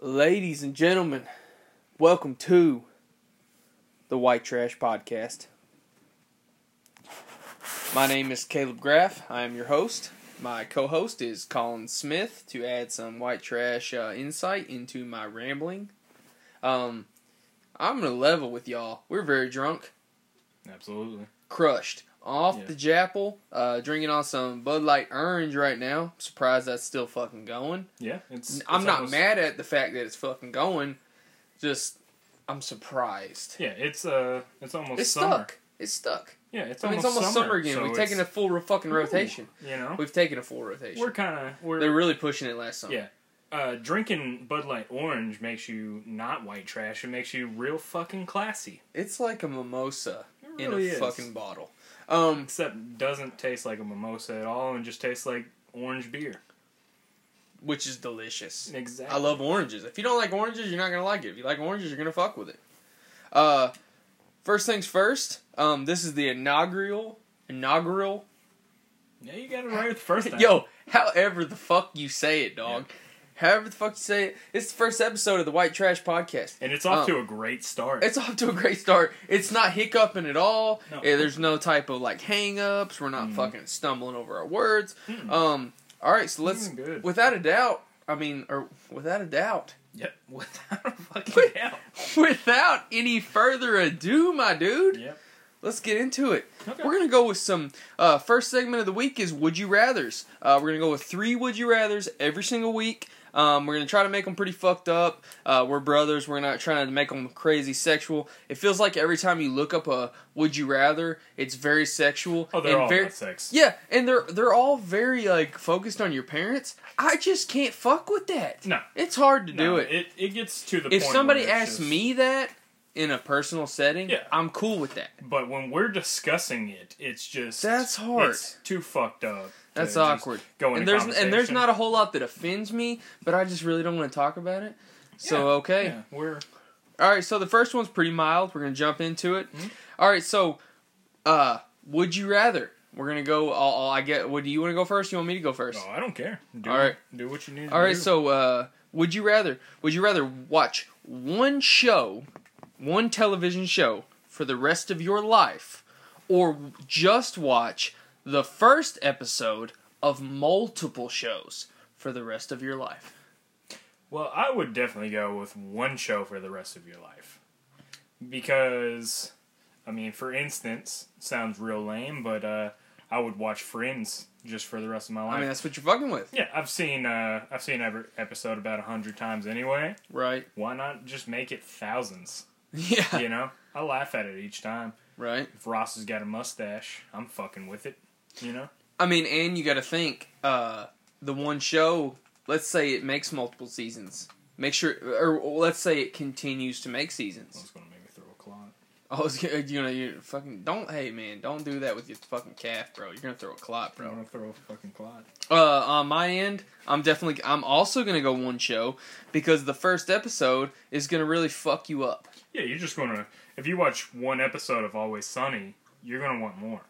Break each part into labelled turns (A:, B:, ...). A: Ladies and gentlemen, welcome to the White Trash Podcast. My name is Caleb Graff. I am your host. My co host is Colin Smith to add some white trash uh, insight into my rambling. Um, I'm going to level with y'all. We're very drunk,
B: Absolutely.
A: crushed, off
B: Yeah.
A: the japple, uh, drinking on some Bud Light Orange right now. Surprised that's still fucking going.
B: Yeah, it's.
A: I'm
B: it's
A: not
B: almost-
A: mad at the fact that it's fucking going. Just I'm surprised.
B: Yeah, it's uh, it's almost
A: It's
B: summer.
A: stuck. It's stuck.
B: Yeah, it's
A: I mean, it's
B: almost,
A: almost summer, again.
B: so
A: We've taken a
B: it's-
A: full ro- fucking rotation.
B: You know,
A: We've taken a full rotation.
B: we're kind of we're
A: They're really pushing it last summer.
B: Yeah. uh, drinking Bud Light Orange makes you not white trash. It makes you real fucking classy.
A: It's like a mimosa
B: It
A: in a
B: really is.
A: fucking bottle. Um,
B: Except doesn't taste like a mimosa at all, and just tastes like orange beer.
A: which is delicious.
B: Exactly.
A: I love oranges. If you don't like oranges, you're not gonna like it. If you like oranges, you're gonna fuck with it. Uh, first things first. Um, this is the inaugural inaugural
B: Yeah, you got it right with the first time.
A: Yo, however the fuck you say it, dog. However the fuck you say it. It's the first episode of the White Trash Podcast.
B: and it's off
A: um,
B: to a great start.
A: It's off to a great start. It's not hiccuping at all.
B: No.
A: Eh, There's no type of like hang ups. We're not
B: Mm.
A: fucking stumbling over our words.
B: Mm.
A: Um all right, so let's
B: Doing good.
A: without a doubt, I mean or without a doubt.
B: yep. Without a fucking
A: Wait.
B: hell.
A: Without any further ado, my dude,
B: Yep.
A: let's get into it.
B: Okay.
A: We're gonna go with some uh, first segment of the week is would you rather's. Uh, we're gonna go with three would you rather's every single week. Um, we're gonna try to make them pretty fucked up. Uh, we're brothers. We're not trying to make them crazy sexual. It feels like every time you look up a would you rather, it's very sexual.
B: oh, they're
A: and
B: all
A: very,
B: about sex.
A: Yeah, and they're they're all very like focused on your parents. I just can't fuck with that.
B: No.
A: It's hard to
B: No,
A: do it.
B: It it gets to the point
A: If somebody
B: where it's
A: asks
B: just-
A: me that in a personal setting,
B: Yeah.
A: I'm cool with that.
B: But when we're discussing it, it's just
A: That's hard.
B: It's too fucked up.
A: That's awkward.
B: Going
A: and there's and there's not a whole lot that offends me, but I just really don't want to talk about it. So
B: Yeah,
A: okay,
B: yeah, we're
A: all right. So the first one's pretty mild. We're gonna jump into it.
B: Hmm?
A: All right. So, uh, would you rather? We're gonna go. I'll, I'll- i get. What do you want to go first? You want me to go first?
B: no, oh, I don't care. Do,
A: All right.
B: do what you need.
A: All
B: to
A: right.
B: do.
A: So, uh, would you rather? Would you rather watch one show, one television show for the rest of your life, or just watch the first episode of multiple shows for the rest of your life?
B: well, I would definitely go with one show for the rest of your life, because, I mean, for instance, sounds real lame, but uh, I would watch Friends just for the rest of my life.
A: I mean, that's what you're fucking with,
B: yeah, I've seen uh, I've seen every episode about a hundred times anyway.
A: right?
B: Why not just make it thousands?
A: Yeah,
B: you know, I laugh at it each time.
A: right.
B: If Ross has got a mustache, I'm fucking with it. You know?
A: I mean, and you got to think uh, the one show. Let's say it makes multiple seasons. Make sure, or let's say it continues to make seasons.
B: That's gonna make me throw a clot.
A: I was Oh, gonna, you know, you fucking don't, hey man, don't do that with your fucking calf, bro. You're gonna throw a clot,
B: I'm
A: bro.
B: gonna throw a fucking clot.
A: Uh, on my end, I'm definitely, I'm also gonna go one show because the first episode is gonna really fuck you up.
B: Yeah, you're just gonna if you watch one episode of Always Sunny, you're gonna want more.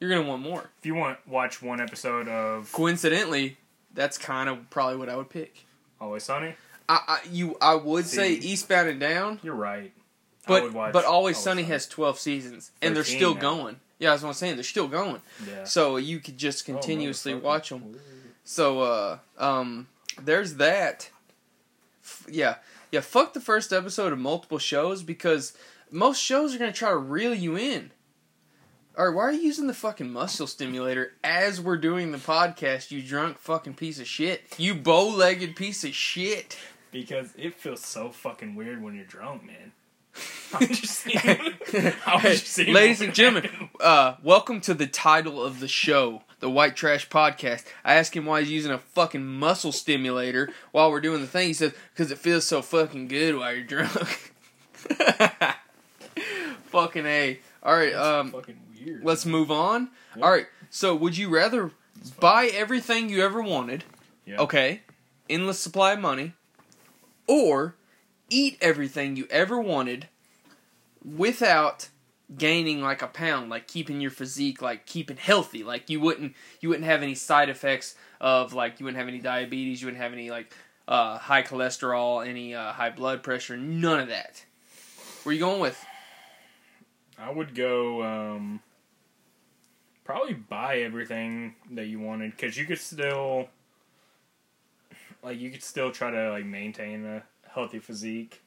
A: You're gonna want more.
B: If you want watch one episode of
A: Coincidentally, that's kind of probably what I would pick.
B: Always Sunny,
A: I, I you, I would say
B: See.
A: Eastbound and Down,
B: you're right.
A: but but Always, Sunny has 12 seasons and they're
B: 13
A: still
B: now.
A: going. Yeah, that's what I'm saying. They're still going.
B: yeah.
A: So you could just
B: Oh,
A: continuously
B: motherfucker.
A: watch them. So, uh, um, there's that. F- yeah, yeah. Fuck the first episode of multiple shows because most shows are gonna try to reel you in. All right, why are you using the fucking muscle stimulator as we're doing the podcast? You drunk fucking piece of shit. You bow-legged piece of shit.
B: Because it feels so fucking weird when you're drunk, man. I'm just saying. I'm just saying
A: Ladies
B: what
A: and gentlemen,
B: happened.
A: uh, welcome to the title of the show, the White Trash Podcast. I asked him why he's using a fucking muscle stimulator while we're doing the thing. He says, "Because it feels so fucking good while you're drunk." fucking a. All right,
B: It's
A: um,
B: fucking weird.
A: let's move on.
B: Yeah.
A: All right, so would you rather buy everything you ever wanted?
B: Yeah.
A: Okay, endless supply of money, or eat everything you ever wanted without gaining like a pound, like keeping your physique, like keeping healthy, like you wouldn't you wouldn't have any side effects of like you wouldn't have any diabetes, you wouldn't have any like uh, high cholesterol, any uh, high blood pressure, none of that. Where you going with?
B: I would go um, probably buy everything that you wanted because you could still like you could still try to like maintain a healthy physique.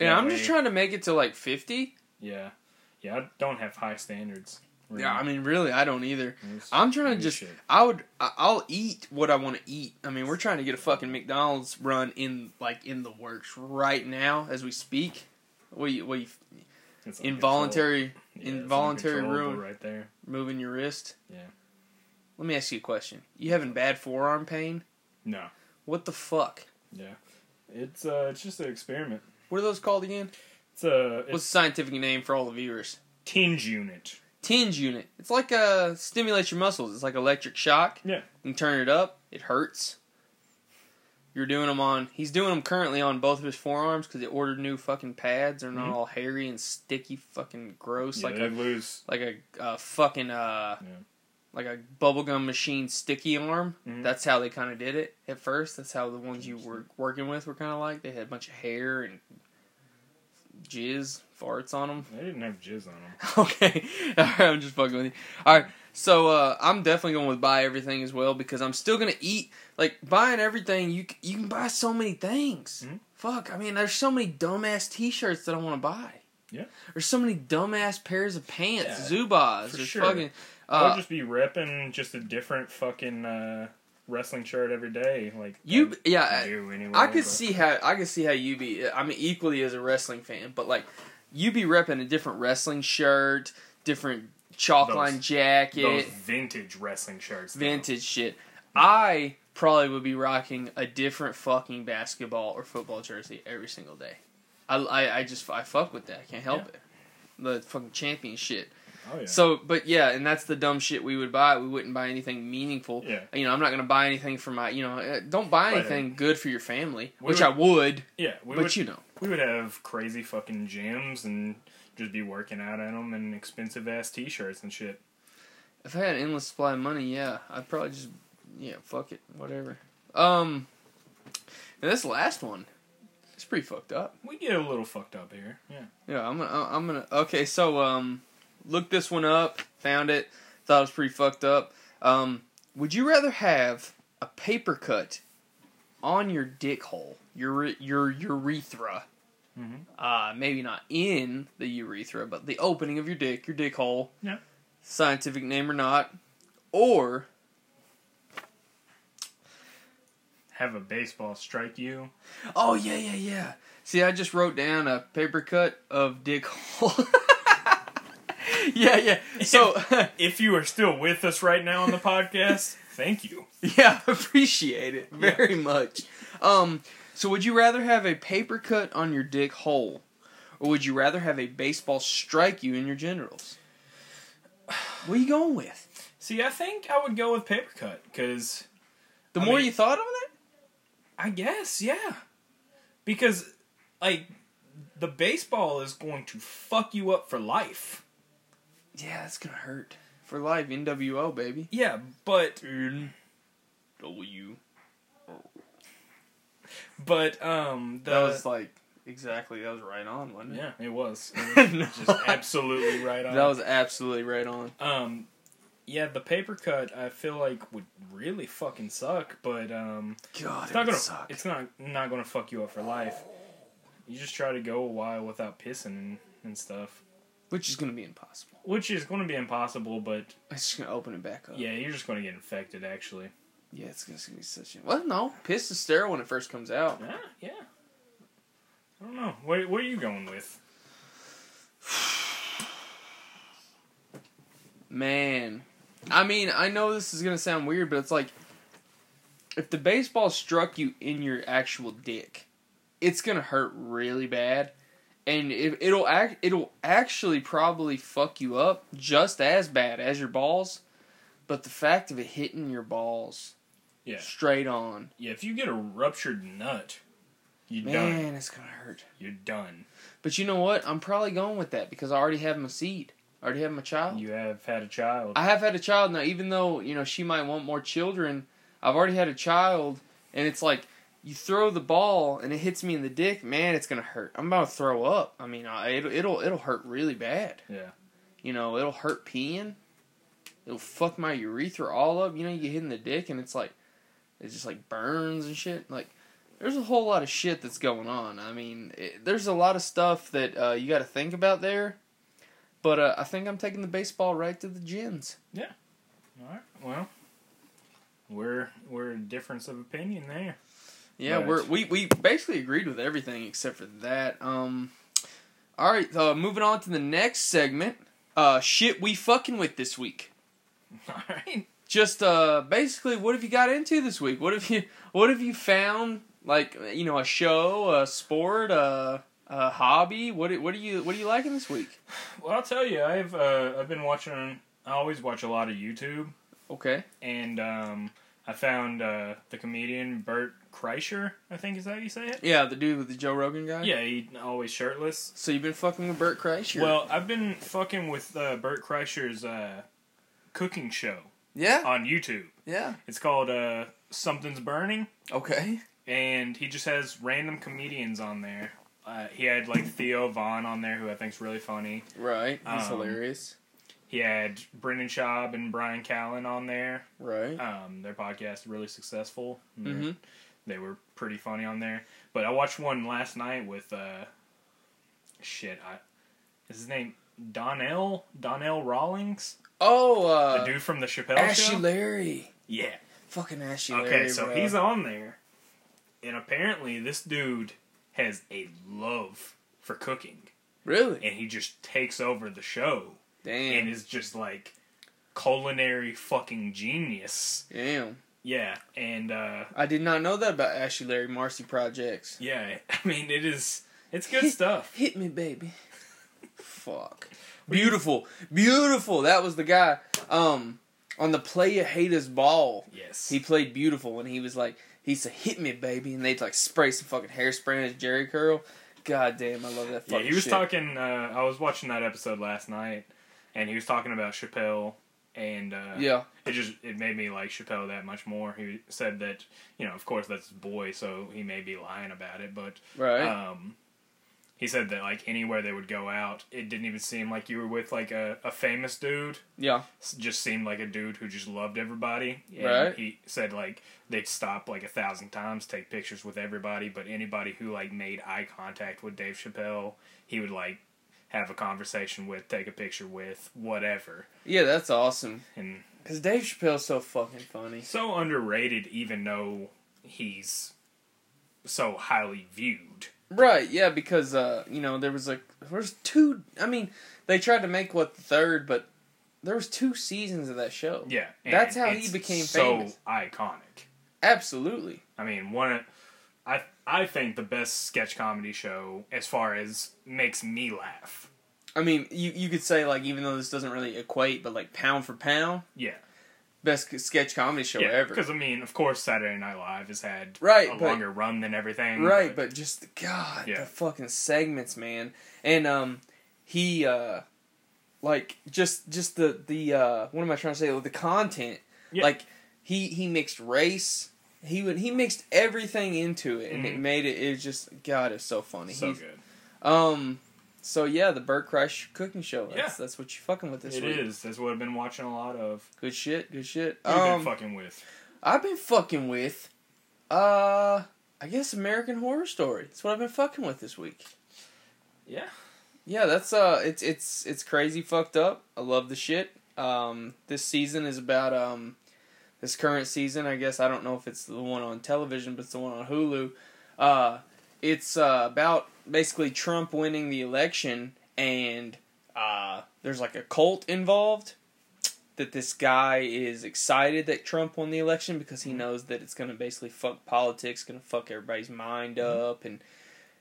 A: And
B: That
A: I'm just
B: way-
A: trying to make it to like 50.
B: Yeah, yeah. I don't have high standards. really.
A: Yeah, I mean, really, I don't either.
B: It's-
A: I'm trying to
B: it's
A: just.
B: shit.
A: I would. I- I'll eat what I want to eat. I mean, we're trying to get a fucking McDonald's run in like in the works right now as we speak. We we
B: It's
A: involuntary
B: uncontrollable. Yeah, it's
A: involuntary
B: uncontrollable
A: ruin.
B: right there.
A: moving your wrist.
B: Yeah.
A: Let me ask you a question. You having bad forearm pain?
B: No,
A: What the fuck?
B: yeah. It's uh, it's just an experiment.
A: What are those called again?
B: It's a
A: What's
B: it's
A: the scientific name for all the viewers?
B: tinge unit.
A: Tinge unit. It's like uh stimulates your muscles. It's like electric shock.
B: Yeah.
A: You can turn it up. It hurts. You're doing them on. He's doing them currently on both of his forearms because he ordered new fucking pads. They're not
B: Mhm.
A: all hairy and sticky, fucking gross,
B: Yeah,
A: like
B: they
A: a
B: lose.
A: like a uh, fucking uh
B: Yeah.
A: like a bubblegum machine sticky arm.
B: Mhm.
A: That's how they kind of did it at first. That's how the ones you were working with were kind of like. They had a bunch of hair and jizz farts on them.
B: They didn't have jizz on them.
A: Okay. All right, I'm just fucking with you. All right. So uh, I'm definitely going with buy everything as well because I'm still going to eat like buying everything. You c- you can buy so many things.
B: Mhm.
A: Fuck. I mean, there's so many dumbass T-shirts that I want to buy.
B: Yeah.
A: There's so many dumbass pairs of pants,
B: Yeah,
A: Zubas,
B: for
A: there's
B: sure.
A: fucking.
B: I
A: Uh,
B: would just be repping just a different fucking uh, wrestling shirt every day. Like
A: you
B: I
A: yeah. I-
B: do anyway.
A: I could
B: but-
A: see how I could see how you be. I mean, equally as a wrestling fan, but like you be repping a different wrestling shirt, different chalk
B: Those-
A: line jacket,
B: those vintage wrestling shirts. though.
A: vintage shit. I probably would be rocking a different fucking basketball or football jersey every single day. I, I, I just I fuck with that. I can't help it. The fucking champion shit.
B: Oh yeah.
A: So, but yeah, and that's the dumb shit we would buy. We wouldn't buy anything meaningful.
B: Yeah.
A: You know, I'm not gonna buy anything for my. You know, uh, don't buy
B: Right.
A: anything good for your family,
B: We
A: which
B: would-
A: I would.
B: yeah, we
A: but
B: would
A: you know,
B: we would have crazy fucking gyms and just be working out at them and expensive ass t-shirts and shit.
A: if I had endless supply of money, yeah, I'd probably just yeah, fuck it, whatever. Um, and this last one, it's pretty fucked up.
B: We get a little fucked up here. Yeah.
A: Yeah, I'm gonna, I'm gonna. Okay, so um, looked this one up, found it, thought it was pretty fucked up. Um, would you rather have a paper cut on your dick hole, your your urethra?
B: Mhm.
A: Uh, maybe not in the urethra, but the opening of your dick, your dick hole.
B: Yeah.
A: Scientific name or not, or
B: Have a baseball strike you.
A: oh yeah yeah yeah. See, I just wrote down a paper cut of dick hole. yeah yeah. So.
B: If you are still with us right now on the podcast, thank you.
A: Yeah, appreciate it very much. Um, so would you rather have a paper cut on your dick hole, or would you rather have a baseball strike you in your genitals? What are you going with?
B: See, I think I would go with paper cut because
A: The
B: I
A: more
B: mean-
A: you thought on it,
B: I guess, yeah. Because, like, the baseball is going to fuck you up for life.
A: yeah, that's gonna hurt for life. NWO baby.
B: Yeah, but
A: W.
B: but um the
A: That was like exactly that was right on, wasn't it?
B: yeah it was, it
A: No.
B: was just absolutely right on.
A: That was absolutely right on.
B: um yeah the paper cut I feel like would really fucking suck, but um
A: God,
B: it's
A: it would
B: not gonna
A: suck.
B: it's not not gonna fuck you up for life. You just try to go a while without pissing and, and stuff,
A: Which is gonna be impossible.
B: which is going to be impossible. But
A: It's just gonna open it back up.
B: yeah, you're just going to get infected actually.
A: Yeah, it's gonna, it's gonna be such a. Well, no, piss is sterile when it first comes out.
B: Yeah, yeah. I don't know. What what are you going with?
A: Man, I mean, I know this is gonna sound weird, but it's like if the baseball struck you in your actual dick, it's gonna hurt really bad, and it, it'll act, it'll actually probably fuck you up just as bad as your balls. But the fact of it hitting your balls
B: Yeah.
A: straight on,
B: Yeah, if you get a ruptured nut, you're done.
A: man, it's gonna hurt.
B: You're done.
A: But you know what? I'm probably going with that because I already have my seed. I already have my child.
B: You have had a child.
A: I have had a child now, even though you know she might want more children. I've already had a child, and it's like you throw the ball and it hits me in the dick, man, it's gonna hurt. I'm about to throw up. I mean, I, it'll it'll it'll hurt really bad.
B: Yeah.
A: You know, it'll hurt peeing. It'll fuck my urethra all up. You know, you get hit in the dick and it's like, it just like burns and shit. Like, there's a whole lot of shit that's going on. I mean, it, there's a lot of stuff that uh, you got to think about there. But uh, I think I'm taking the baseball right to the gins.
B: All right. Well, we're we're a difference of opinion there.
A: Yeah,
B: Right.
A: we're, we we basically agreed with everything except for that. Um, all right, uh, moving on to the next segment. Uh, shit, we fucking with this week.
B: All right.
A: Just uh, basically, what have you got into this week? What have you what have you found? Like you know, a show, a sport, a, a hobby. What do- what are you what are you liking this week?
B: Well, I'll tell you. I've uh, I've been watching. I always watch a lot of YouTube,
A: Okay,
B: and um, I found uh, the comedian Bert Kreischer. I think is how you say it.
A: yeah, the dude with the Joe Rogan guy.
B: Yeah, he always shirtless.
A: So you've been fucking with Bert Kreischer.
B: Well, I've been fucking with uh, Bert Kreischer's uh, cooking show
A: yeah,
B: on YouTube.
A: yeah.
B: It's called uh, Something's Burning,
A: Okay.
B: and he just has random comedians on there. Uh, he had like Theo Vaughn on there, who I think's really funny.
A: Right. That's
B: Um,
A: hilarious.
B: He had Brendan Schaub and Brian Callen on there.
A: Right.
B: Um, their podcast really successful. They're-
A: hmm
B: They were pretty funny on there. But I watched one last night with uh, shit. I is his name Donnell Donnell Rawlings,
A: Oh,
B: the
A: uh,
B: dude from the Chappelle
A: Ashy
B: show.
A: Larry.
B: yeah.
A: Fucking Ashy Larry.
B: Okay, so
A: bro.
B: he's on there, and apparently this dude has a love for cooking,
A: Really?
B: and he just takes over the show and
A: Damn.
B: is just like culinary fucking genius.
A: Damn.
B: Yeah, and uh
A: I did not know that about Ashy Larry Marcy Projects.
B: yeah, I mean it is it's good stuff.
A: Hit me, baby. Fuck. Beautiful. Beautiful. That was the guy. Um, on the Play a Haters Ball.
B: Yes.
A: He played beautiful and he was like, he said, hit me, baby. And they'd like spray some fucking hairspray on his Jerry curl. God damn, I love that fucking
B: yeah, he was
A: shit.
B: talking uh I was watching that episode last night and he was talking about Chappelle and uh
A: Yeah.
B: it just it made me like Chappelle that much more. He said that, you know, of course that's his boy, so he may be lying about it, but
A: Right.
B: um he said that like anywhere they would go out, it didn't even seem like you were with like a, a famous dude.
A: yeah.
B: s- just seemed like a dude who just loved everybody. And
A: Right.
B: He said like they'd stop like a thousand times, take pictures with everybody, but anybody who like made eye contact with Dave Chappelle, he would like have a conversation with, take a picture with, whatever.
A: Yeah, that's awesome.
B: And
A: Because Dave Chappelle's so fucking funny.
B: so underrated, even though he's so highly viewed.
A: Right, yeah, because uh, you know, there was like there was two I mean, they tried to make what the third, but there was two seasons of that show.
B: Yeah,
A: That's how he
B: it's
A: became
B: so
A: famous.
B: iconic.
A: Absolutely.
B: I mean, one. of- I I think the best sketch comedy show as far as makes me laugh.
A: I mean, you you could say like even though this doesn't really equate, but like pound for pound,
B: Yeah.
A: best sketch comedy show
B: Yeah,
A: ever.
B: because I mean, of course, Saturday Night Live has had
A: Right,
B: a
A: but-
B: longer run than everything.
A: Right, but just God,
B: Yeah.
A: the fucking segments, man. And um he uh like just just the the uh what am I trying to say? The content.
B: Yeah.
A: Like he he mixed race. He would he mixed everything into it and it
B: Mhm.
A: made it it was just God it's so funny.
B: so
A: He's-
B: good.
A: Um so yeah, the Bird Crush cooking show. That's
B: Yeah.
A: that's what you fucking with
B: It
A: this
B: is.
A: week.
B: That's what I've been watching a lot of.
A: Good shit, good shit.
B: Who have
A: Um
B: been fucking with?
A: I've been fucking with uh I guess American Horror Story. That's what I've been fucking with this week.
B: Yeah.
A: Yeah, that's uh it's it's it's crazy fucked up. I love the shit. Um this season is about um this current season, I guess I don't know if it's the one on television, but it's the one on Hulu. Uh it's uh about basically Trump winning the election and uh there's like a cult involved that this guy is excited that Trump won the election because he knows that it's going to basically fuck politics, going to fuck everybody's mind up and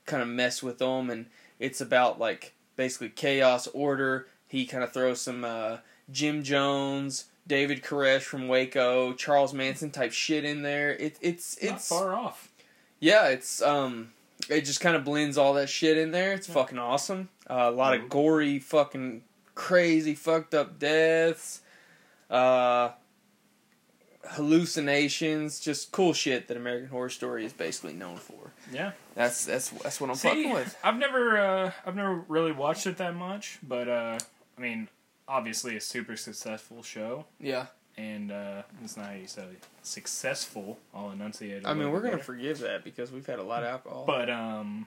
A: kind of mess with them and it's about like basically chaos order. He kind of throws some uh, Jim Jones, David Koresh from Waco, Charles Manson type shit in there. It, it's
B: Not
A: it's
B: far off.
A: yeah, it's um, it just kind of blends all that shit in there. It's
B: Yeah.
A: fucking awesome. Uh, a lot
B: Mhm.
A: of gory, fucking crazy, fucked up deaths. Uh, hallucinations, just cool shit that American Horror Story is basically known for.
B: Yeah.
A: That's that's that's what I'm
B: See,
A: fucking with.
B: I've never uh, I've never really watched it that much, but uh, I mean, obviously a super successful show,
A: Yeah,
B: and uh, that's not how you say successful. I'll enunciate. a
A: I mean
B: little
A: we're
B: bit
A: gonna
B: better.
A: forgive that because we've had a lot of alcohol.
B: But um,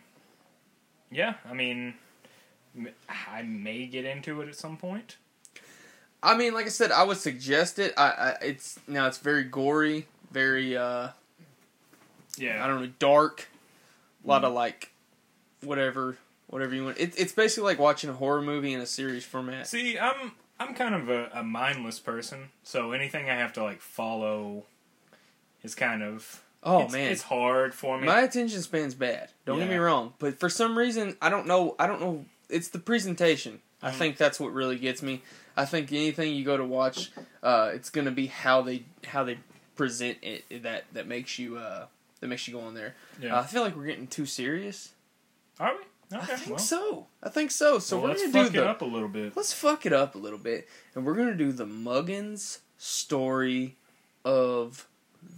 B: yeah, I mean, m- I may get into it at some point.
A: I mean, like I said, I would suggest it. I, I it's now it's very gory, very uh I
B: Yeah,
A: don't know, dark. A lot
B: Mm.
A: of like, whatever, whatever you want. It, it's basically like watching a horror movie in a series format.
B: see, I'm I'm kind of a, a mindless person, so anything I have to like follow is kind of
A: Oh
B: it's-
A: man,
B: it's hard for me.
A: my attention span's bad. Don't get me
B: Yeah.
A: wrong, but for some reason, I don't know. I don't know. It's the presentation. I
B: Mhm.
A: think that's what really gets me. I think anything you go to watch, uh, it's gonna be how they how they present it that that makes you uh that makes you go on there.
B: yeah,
A: Uh, I feel like we're getting too serious.
B: are we? Okay,
A: I think
B: well.
A: so. I think so. So
B: Well,
A: we're
B: let's
A: gonna
B: fuck
A: do the
B: it up a little bit.
A: let's fuck it up a little bit, and we're gonna do the Muggins story of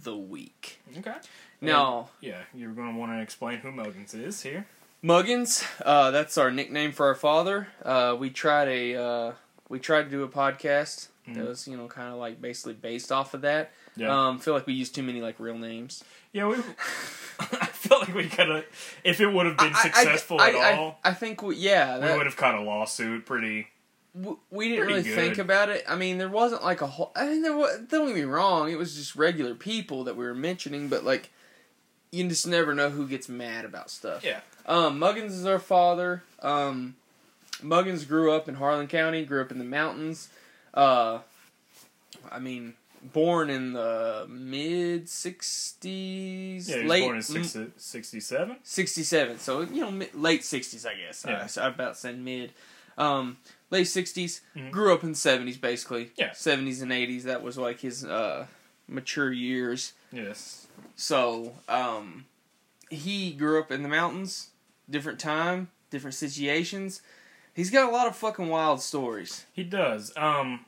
A: the week.
B: Okay.
A: Now,
B: Yeah, you're going to want to explain who Muggins is here.
A: Muggins, uh, that's our nickname for our father. Uh, we tried a uh, we tried to do a podcast that
B: Mhm.
A: was you know kind of like basically based off of that.
B: Yeah.
A: Um, feel like we used too many like real names.
B: yeah, we. I feel like we could have. If it would have been
A: I- I-
B: successful
A: I,
B: at
A: I- uh,
B: all,
A: I, think we yeah
B: we
A: that-
B: would have caught a lawsuit pretty.
A: w- we didn't
B: Pretty
A: really
B: good.
A: think about it. I mean, there wasn't like a whole. I mean, there was. Don't get me wrong. It was just regular people that we were mentioning, but like, you just never know who gets mad about stuff.
B: Yeah.
A: Um, Muggins is our father. Um, Muggins grew up in Harlan County. Grew up in the mountains. Uh, I mean, born in the mid '60s,
B: Yeah, he was
A: late
B: born in 60, 67.
A: 67 so you know mi- late 60s i guess
B: Yeah.
A: I, so I about said mid um late 60s
B: Mhm.
A: grew up in the 70s basically
B: Yeah.
A: 70s and 80s that was like his uh mature years
B: Yes.
A: so um he grew up in the mountains different time different situations he's got a lot of fucking wild stories
B: He does. Um,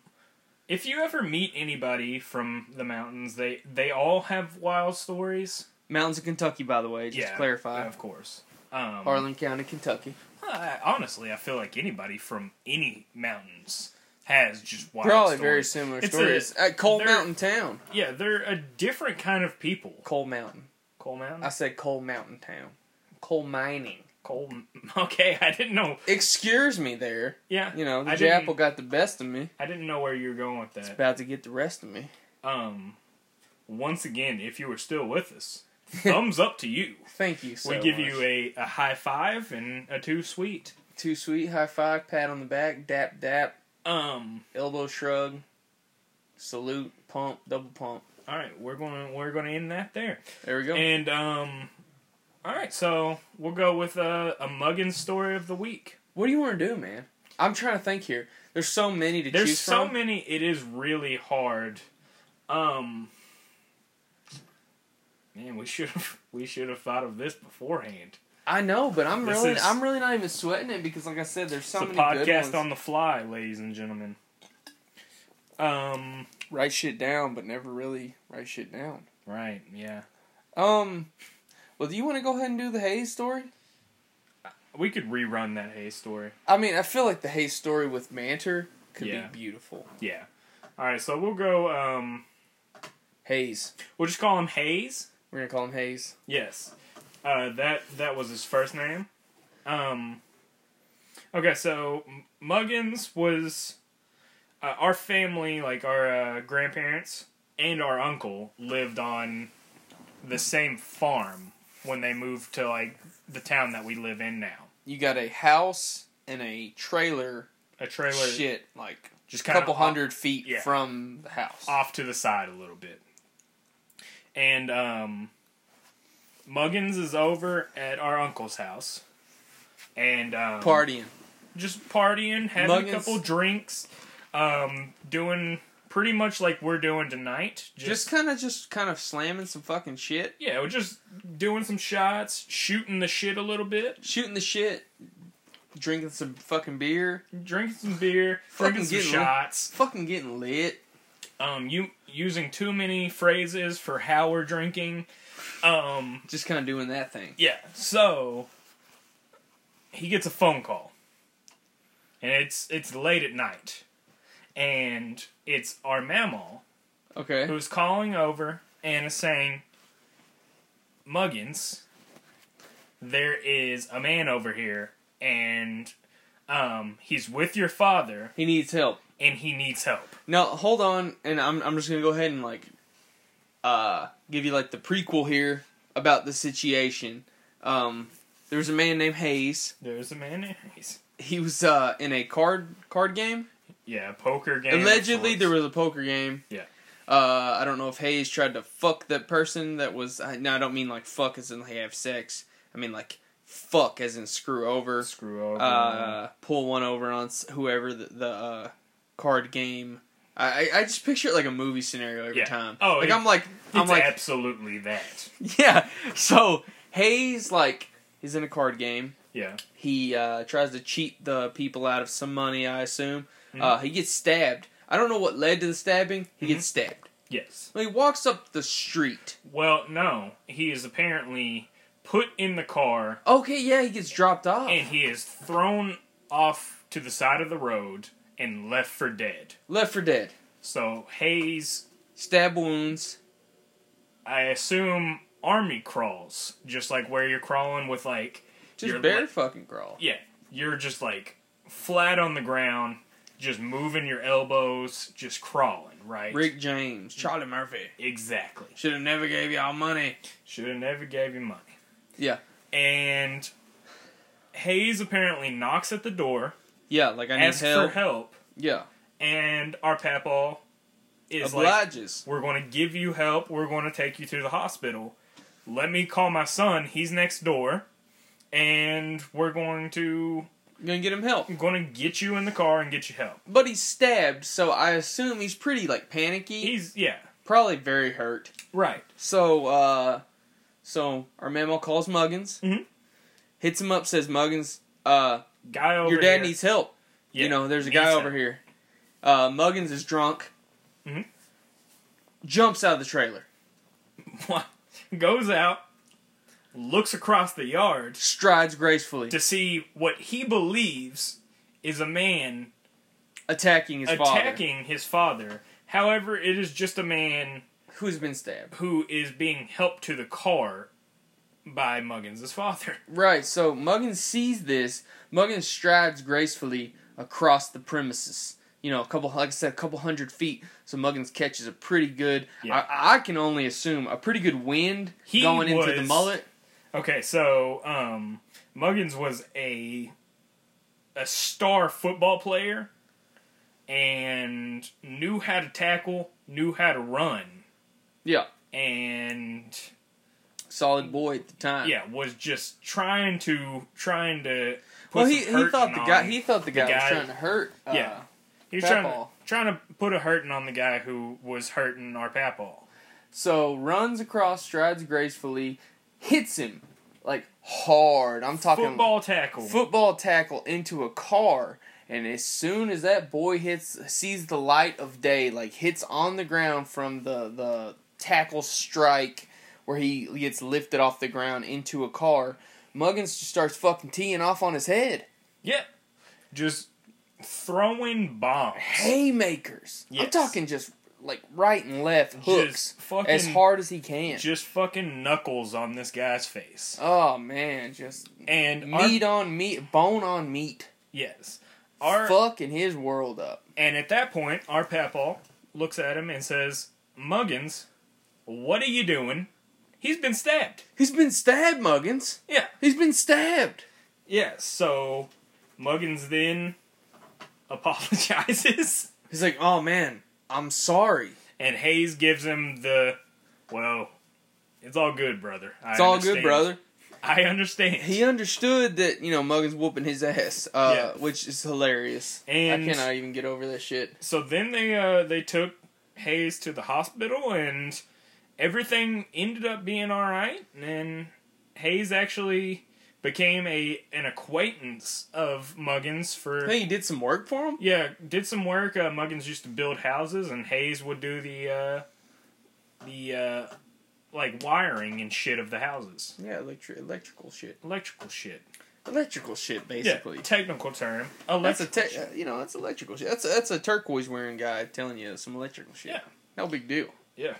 B: if you ever meet anybody from the mountains, they they all have wild stories.
A: mountains of kentucky by the way just to clarify
B: Of course. Um,
A: harlan county kentucky
B: I- honestly, I feel like anybody from any mountains has just wild
A: probably
B: stories.
A: very similar
B: It's a-
A: stories at cold
B: they're-
A: mountain town
B: Yeah, they're a different kind of people.
A: coal mountain
B: Coal Mountain?
A: I said coal mountain town. Coal mining.
B: coal. Okay, I didn't know.
A: Excuse me there.
B: Yeah,
A: You know, the
B: I
A: Japple
B: Didn't,
A: got the best of me.
B: I didn't know where you were going with
A: It's
B: that.
A: about to get the rest of me.
B: Um, once again, if you were still with us, thumbs up to you.
A: Thank you so
B: we give
A: much.
B: you a, a high five and a two sweet.
A: Too sweet, high five, pat on the back, dap dap,
B: Um,
A: elbow shrug, salute, pump, double pump.
B: all right, we're going to we're going to end that there.
A: There we go.
B: And um, all right, so we'll go with a, a muggin story of the week.
A: what do you want to do, man? I'm trying to think here. There's so many to
B: There's
A: choose
B: so
A: from.
B: many. It is really hard. Um, man, we should have we should have thought of this beforehand.
A: I know, but I'm
B: This
A: really,
B: is-
A: I'm really not even sweating it because, like I said, there's so
B: it's a
A: many good
B: podcast
A: ones.
B: on the fly, ladies and gentlemen. Um,
A: write shit down, but never really write shit down.
B: right, yeah.
A: Um, well, do you want to go ahead and do the Hayes story?
B: We could rerun that Hayes story.
A: I mean, I feel like the Hayes story with Manter could
B: Yeah.
A: be beautiful.
B: Yeah. All right, so we'll go. Um,
A: Hayes,
B: we'll just call him Hayes.
A: we're gonna call him Hayes.
B: Yes. Uh, that that was his first name. Um, okay, so M- Muggins was uh, our family, like our uh, grandparents and our uncle lived on the same farm when they moved to like the town that we live in now.
A: You got a house and a trailer,
B: A trailer,
A: shit, like
B: just
A: a
B: kind
A: couple
B: of
A: hundred feet
B: yeah.
A: from the house.
B: off to the side a little bit. And um, Muggins is over at our uncle's house, and um,
A: Partying.
B: just partying, having
A: Muggins-
B: a couple drinks, um, doing pretty much like we're doing tonight.
A: Just
B: Just,
A: kind of, just kind of slamming some fucking shit,
B: yeah, we're just doing some shots, shooting the shit a little bit,
A: shooting the shit, drinking some fucking beer,
B: drinking some beer,
A: Fucking
B: drinking some
A: getting
B: shots.
A: fucking getting lit.
B: Um, you using too many phrases for how we're drinking. Um,
A: Just kind of doing that thing.
B: yeah. So he gets a phone call, and it's it's late at night, and it's our mammal
A: Okay.
B: who's calling over and is saying, Muggins, there is a man over here, and um, he's with your father,
A: He needs help.
B: and he needs help.
A: Now hold on, and I'm I'm just gonna go ahead and like, uh, give you like the prequel here about the situation. Um, there was a man named Hayes.
B: There's a man there. He's,
A: He was uh in a card card game.
B: yeah, poker game. of
A: Allegedly,
B: sorts.
A: there was a poker game.
B: Yeah.
A: Uh, I don't know if Hayes tried to fuck that person that was. I- No, I don't mean like fuck as in they have sex. I mean like fuck as in screw over,
B: Screw over.
A: uh, pull one over on s- whoever the, the uh, card game. I I I just picture it like a movie scenario every
B: Yeah.
A: time.
B: Oh,
A: like
B: it-
A: I'm like I'm
B: it's
A: like
B: absolutely that.
A: yeah. So Hayes like is in a card game.
B: Yeah.
A: He uh, tries to cheat the people out of some money. I assume.
B: Mhm.
A: Uh, he gets stabbed. I don't know what led to the stabbing. He
B: Mm-hmm.
A: gets stabbed.
B: Yes.
A: Well, He walks up the street.
B: Well, no. He is apparently put in the car
A: Okay, yeah, he gets dropped off.
B: and he is thrown off to the side of the road and left for dead.
A: Left for dead.
B: So Hayes,
A: Stab wounds.
B: I assume army crawls, just like where you're crawling with like
A: Just
B: your
A: bare
B: le-
A: fucking crawl.
B: yeah, you're just like flat on the ground, just moving your elbows, just crawling, right?
A: Rick James. Charlie Murphy.
B: Exactly.
A: Should have never gave y'all money.
B: Should have never gave you money.
A: Yeah.
B: And Hayes apparently knocks at the door,
A: Yeah, like I need
B: asks
A: help.
B: for help,
A: Yeah.
B: and our papaw is like,
A: Obliges.
B: "We're going to give you help. We're going to take you to the hospital. Let me call my son. He's next door." And we're going to
A: Gonna get him help.
B: I'm gonna get you in the car and get you help.
A: But he's stabbed, so I assume he's pretty like panicky.
B: He's yeah,
A: probably very hurt.
B: right.
A: So, uh, so our mammal calls Muggins,
B: Mhm.
A: hits him up, says Muggins, uh,
B: Guy over
A: your dad
B: here,
A: needs help.
B: yeah,
A: you know, there's a
B: needs
A: guy
B: help.
A: over here. Uh, Muggins is drunk.
B: Mhm.
A: Jumps out of the trailer.
B: Goes out, looks across the yard
A: Strides gracefully,
B: to see what he believes is a man
A: attacking his father,
B: attacking his father. However, it is just a man
A: who's been stabbed.
B: who is being helped to the car by Muggins' father.
A: Right. So Muggins sees this. Muggins strides gracefully across the premises. You know, a couple, like I said, a couple hundred feet. So Muggins catches a pretty good.
B: Yeah.
A: I, I can only assume a pretty good wind
B: He
A: going into the
B: was-
A: mullet.
B: Okay, so um, Muggins was a a star football player and knew how to tackle, knew how to run,
A: Yeah,
B: and
A: solid boy at the time.
B: yeah, was just trying to trying to. Put
A: Well, he,
B: some
A: he thought
B: hurting
A: the
B: on-
A: guy he thought the guy,
B: guy-
A: was trying to hurt. Uh,
B: Yeah. he was trying to,
A: Papaw.
B: trying to put a hurting on the guy who was hurting our papaw.
A: So runs across, strides gracefully, hits him like hard. I'm talking
B: Football tackle.
A: football tackle into a car. And as soon as that boy hits, sees the light of day, like hits on the ground from the the tackle strike, where he gets lifted off the ground into a car, Muggins just starts fucking teeing off on his head.
B: yeah, just throwing bombs.
A: Haymakers. I'm
B: Yes.
A: talking just like right and left hooks
B: just fucking
A: as hard as he can.
B: just fucking knuckles on this guy's face.
A: oh man, just
B: And our-
A: meat on meat, bone on meat,
B: yes, our
A: fucking his world up.
B: and at that point, our papaw looks at him and says, "Muggins, what are you doing? He's been stabbed."
A: He's been stabbed, Muggins.
B: Yeah,
A: He's been stabbed.
B: yeah. So Muggins then apologizes,
A: He's like, oh man, I'm sorry.
B: and Hayes gives him the, well, it's all good, brother. I
A: It's all good,
B: understand."
A: brother.
B: I understand.
A: He understood that, you know, Muggins whooping his ass, uh,
B: Yeah.
A: which is hilarious.
B: And-
A: I cannot even get over that shit.
B: So then they uh, they took Hayes to the hospital, and everything ended up being all right. And Hayes actually became a an acquaintance of Muggins
A: I
B: for
A: think he did some work for him.
B: yeah did some work. Uh, Muggins used to build houses, and Hayes would do the uh, the uh, like wiring and shit of the houses,
A: Yeah, electric electrical shit.
B: electrical shit.
A: Electrical shit, basically.
B: Yeah, technical term.
A: That's a
B: Electrical
A: te- uh, you know that's electrical shit. That's a, that's a turquoise wearing guy telling you some electrical shit.
B: Yeah.
A: No big deal.
B: Yeah.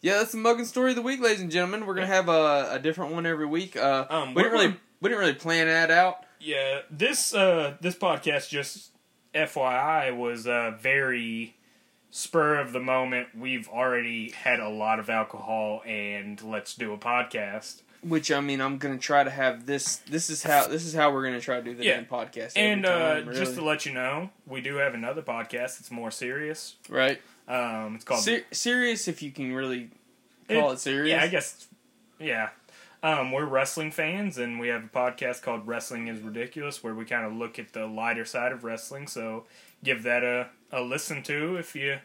A: Yeah, that's the mugging story of the week, ladies and gentlemen. We're gonna have a, a different one every week. Uh,
B: Um,
A: we didn't
B: we're
A: really
B: gonna-
A: we didn't really plan that out.
B: Yeah, this uh this podcast just FYI was uh very spur of the moment. We've already had a lot of alcohol and let's do a podcast.
A: Which I mean, I'm gonna try to have this. This is how this is how we're gonna try to do the
B: Yeah.
A: damn podcast. every
B: And uh
A: time,
B: just to
A: really.
B: let you know, we do have another podcast that's more serious.
A: right,
B: Um it's called
A: Ser- serious if you can really call it, serious.
B: Yeah, I guess yeah. Um, we're wrestling fans, and we have a podcast called "Wrestling Is Ridiculous," where we kind of look at the lighter side of wrestling. So, give that a, a listen to if you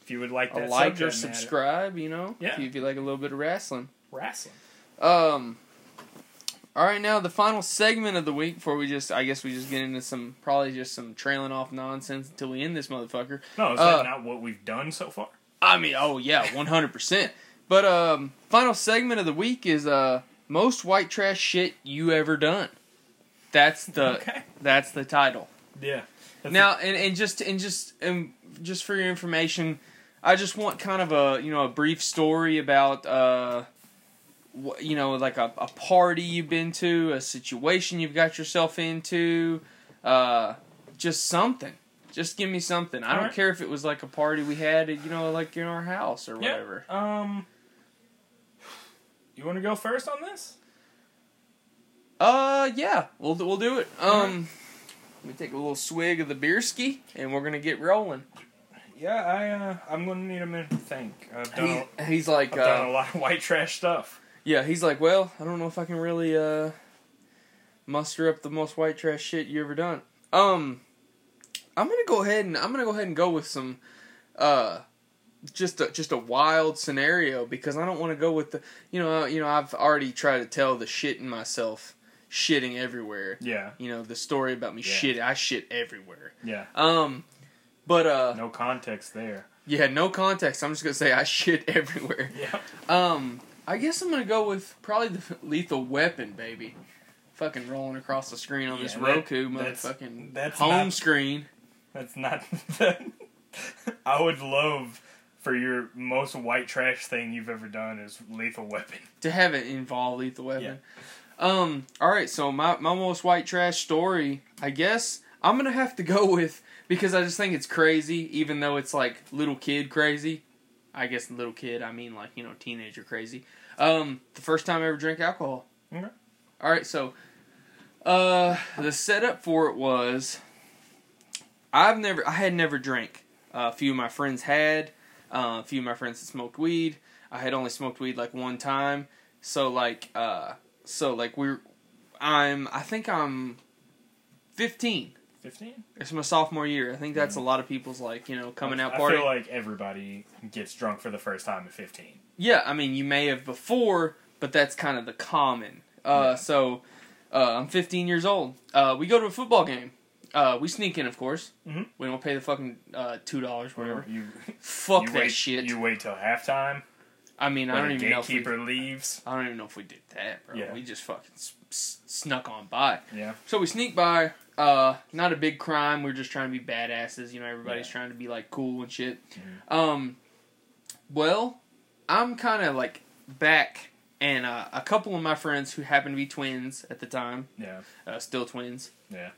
B: if you would like
A: a
B: that.
A: like or
B: subject matter.
A: subscribe. You know,
B: Yeah.
A: if you, if you like a little bit of wrestling.
B: Wrestling.
A: Um. All right, now the final segment of the week before we just, I guess we just get into some probably just some trailing off nonsense until we end this motherfucker.
B: No, is
A: Uh,
B: that not what we've done so far?
A: I mean, oh yeah, one hundred percent. But um, final segment of the week is uh most white trash shit you ever done. That's the
B: Okay.
A: that's the title.
B: Yeah. That's
A: uh, Now and, and just and just and just for your information, I just want kind of a you know a brief story about uh, wh- you know like a, a party you've been to, a situation you've got yourself into, uh, just something. Just give me something. I don't
B: Alright.
A: care if it was like a party we had, you know, like in our house or
B: the- yeah,
A: whatever.
B: Um. You want to go first on this?
A: Uh, yeah, we'll do- we'll do it. Um, let me take a little swig of the beer ski, and we're gonna get rolling.
B: Yeah, I uh, I'm gonna need a minute to think. I've done,
A: He's,
B: a-
A: he's like,
B: I've
A: uh,
B: done a lot of white trash stuff.
A: Yeah, he's like, well, I don't know if I can really uh, muster up the most white trash shit you ever done. Um, I'm gonna go ahead and I'm gonna go ahead and go with some, uh, just a, just a wild scenario because I don't want to go with the you know uh, you know I've already tried to tell the shit in myself shitting everywhere.
B: Yeah.
A: You know the story about me
B: Yeah.
A: shit I shit everywhere.
B: Yeah.
A: Um, but uh,
B: No context there.
A: yeah, no context. I'm just gonna say I shit everywhere.
B: Yeah.
A: Um, I guess I'm gonna go with probably the Lethal Weapon, baby. Fucking rolling across the screen on this
B: Yeah, that-
A: Roku
B: that's-
A: motherfucking
B: that's
A: home
B: not-
A: screen.
B: That's not. I would love for your most white trash thing you've ever done is Lethal Weapon.
A: to have it involve Lethal Weapon. Um. All right. So my my most white trash story, I guess I'm gonna have to go with because I just think it's crazy, even though it's like little kid crazy. I guess little kid, I mean like you know teenager crazy. Um, the first time I ever drank alcohol.
B: Okay.
A: All right. So, uh, the setup for it was, I've never, I had never drank. Uh, a few of my friends had. Uh, a few of my friends that smoked weed. I had only smoked weed like one time. So like uh so like we're I'm I think I'm 15.
B: Fifteen.
A: It's my sophomore year. I think that's a lot of people's like, you know, coming out party.
B: Mm-hmm. I feel like everybody gets drunk for the first time at fifteen.
A: yeah, I mean, you may have before, but that's kind of the common. Uh
B: Yeah.
A: so uh, I'm 15 years old. Uh, we go to a football game. Uh, we sneak in, of course.
B: Mhm.
A: We don't pay the fucking uh, two dollars, whatever.
B: Mm-hmm. You,
A: Fuck
B: you
A: that
B: wait,
A: shit.
B: You wait till halftime.
A: I mean, I
B: When
A: don't
B: the
A: even know. If we,
B: gatekeeper leaves.
A: I don't even know if we did that, bro.
B: Yeah.
A: We just fucking s- s- snuck on by.
B: Yeah.
A: So we sneak by. Uh, not a big crime. We're just trying to be badasses. You know, everybody's
B: Yeah.
A: trying to be like cool and shit. Um, well, I'm kind of like back, and uh, a couple of my friends who happen to be twins at the time,
B: Yeah.
A: uh, still twins.
B: Yeah.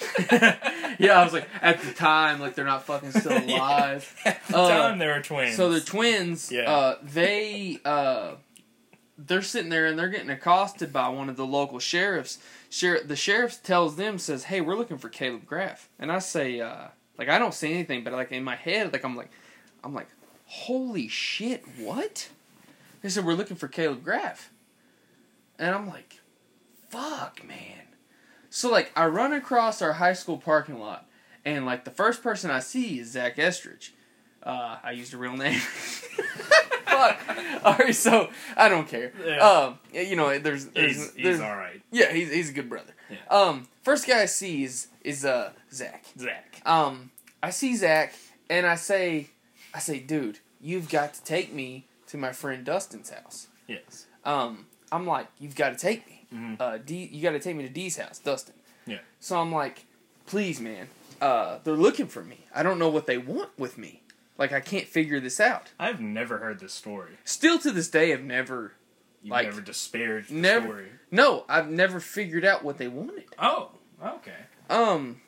A: Yeah, I was like at the time, like they're not fucking still alive.
B: At the
A: Uh,
B: time they were twins.
A: So the twins,
B: Yeah.
A: uh, they uh, they're sitting there and they're getting accosted by one of the local sheriffs. Sher- the sheriff tells them, says, "Hey, we're looking for Caleb Graff." And I say, uh, like I don't say anything, but like in my head, like I'm like, I'm like, holy shit, what? They said we're looking for Caleb Graff, and I'm like, fuck, man. So like I run across our high school parking lot, and like the first person I see is Zach Estridge. Uh, I used a real name. fuck. All right, so I don't care.
B: Yeah.
A: Um, you know, there's, there's,
B: He's,
A: there's-
B: he's all right.
A: yeah, he's he's a good brother.
B: Yeah.
A: Um, first guy I see is is uh Zach.
B: Zach.
A: Um, I see Zach and I say, I say, dude, you've got to take me to my friend Dustin's house.
B: Yes.
A: Um, I'm like, you've got to take me.
B: Mhm.
A: Uh, D, you got to take me to D's house, Dustin.
B: Yeah.
A: So I'm like, please, man. Uh, they're looking for me. I don't know what they want with me. Like, I can't figure this out.
B: I've never heard this story.
A: Still to this day, I've never,
B: You've
A: Like,
B: never disparaged the
A: never-
B: story.
A: no, I've never figured out what they wanted.
B: Oh, okay.
A: Um,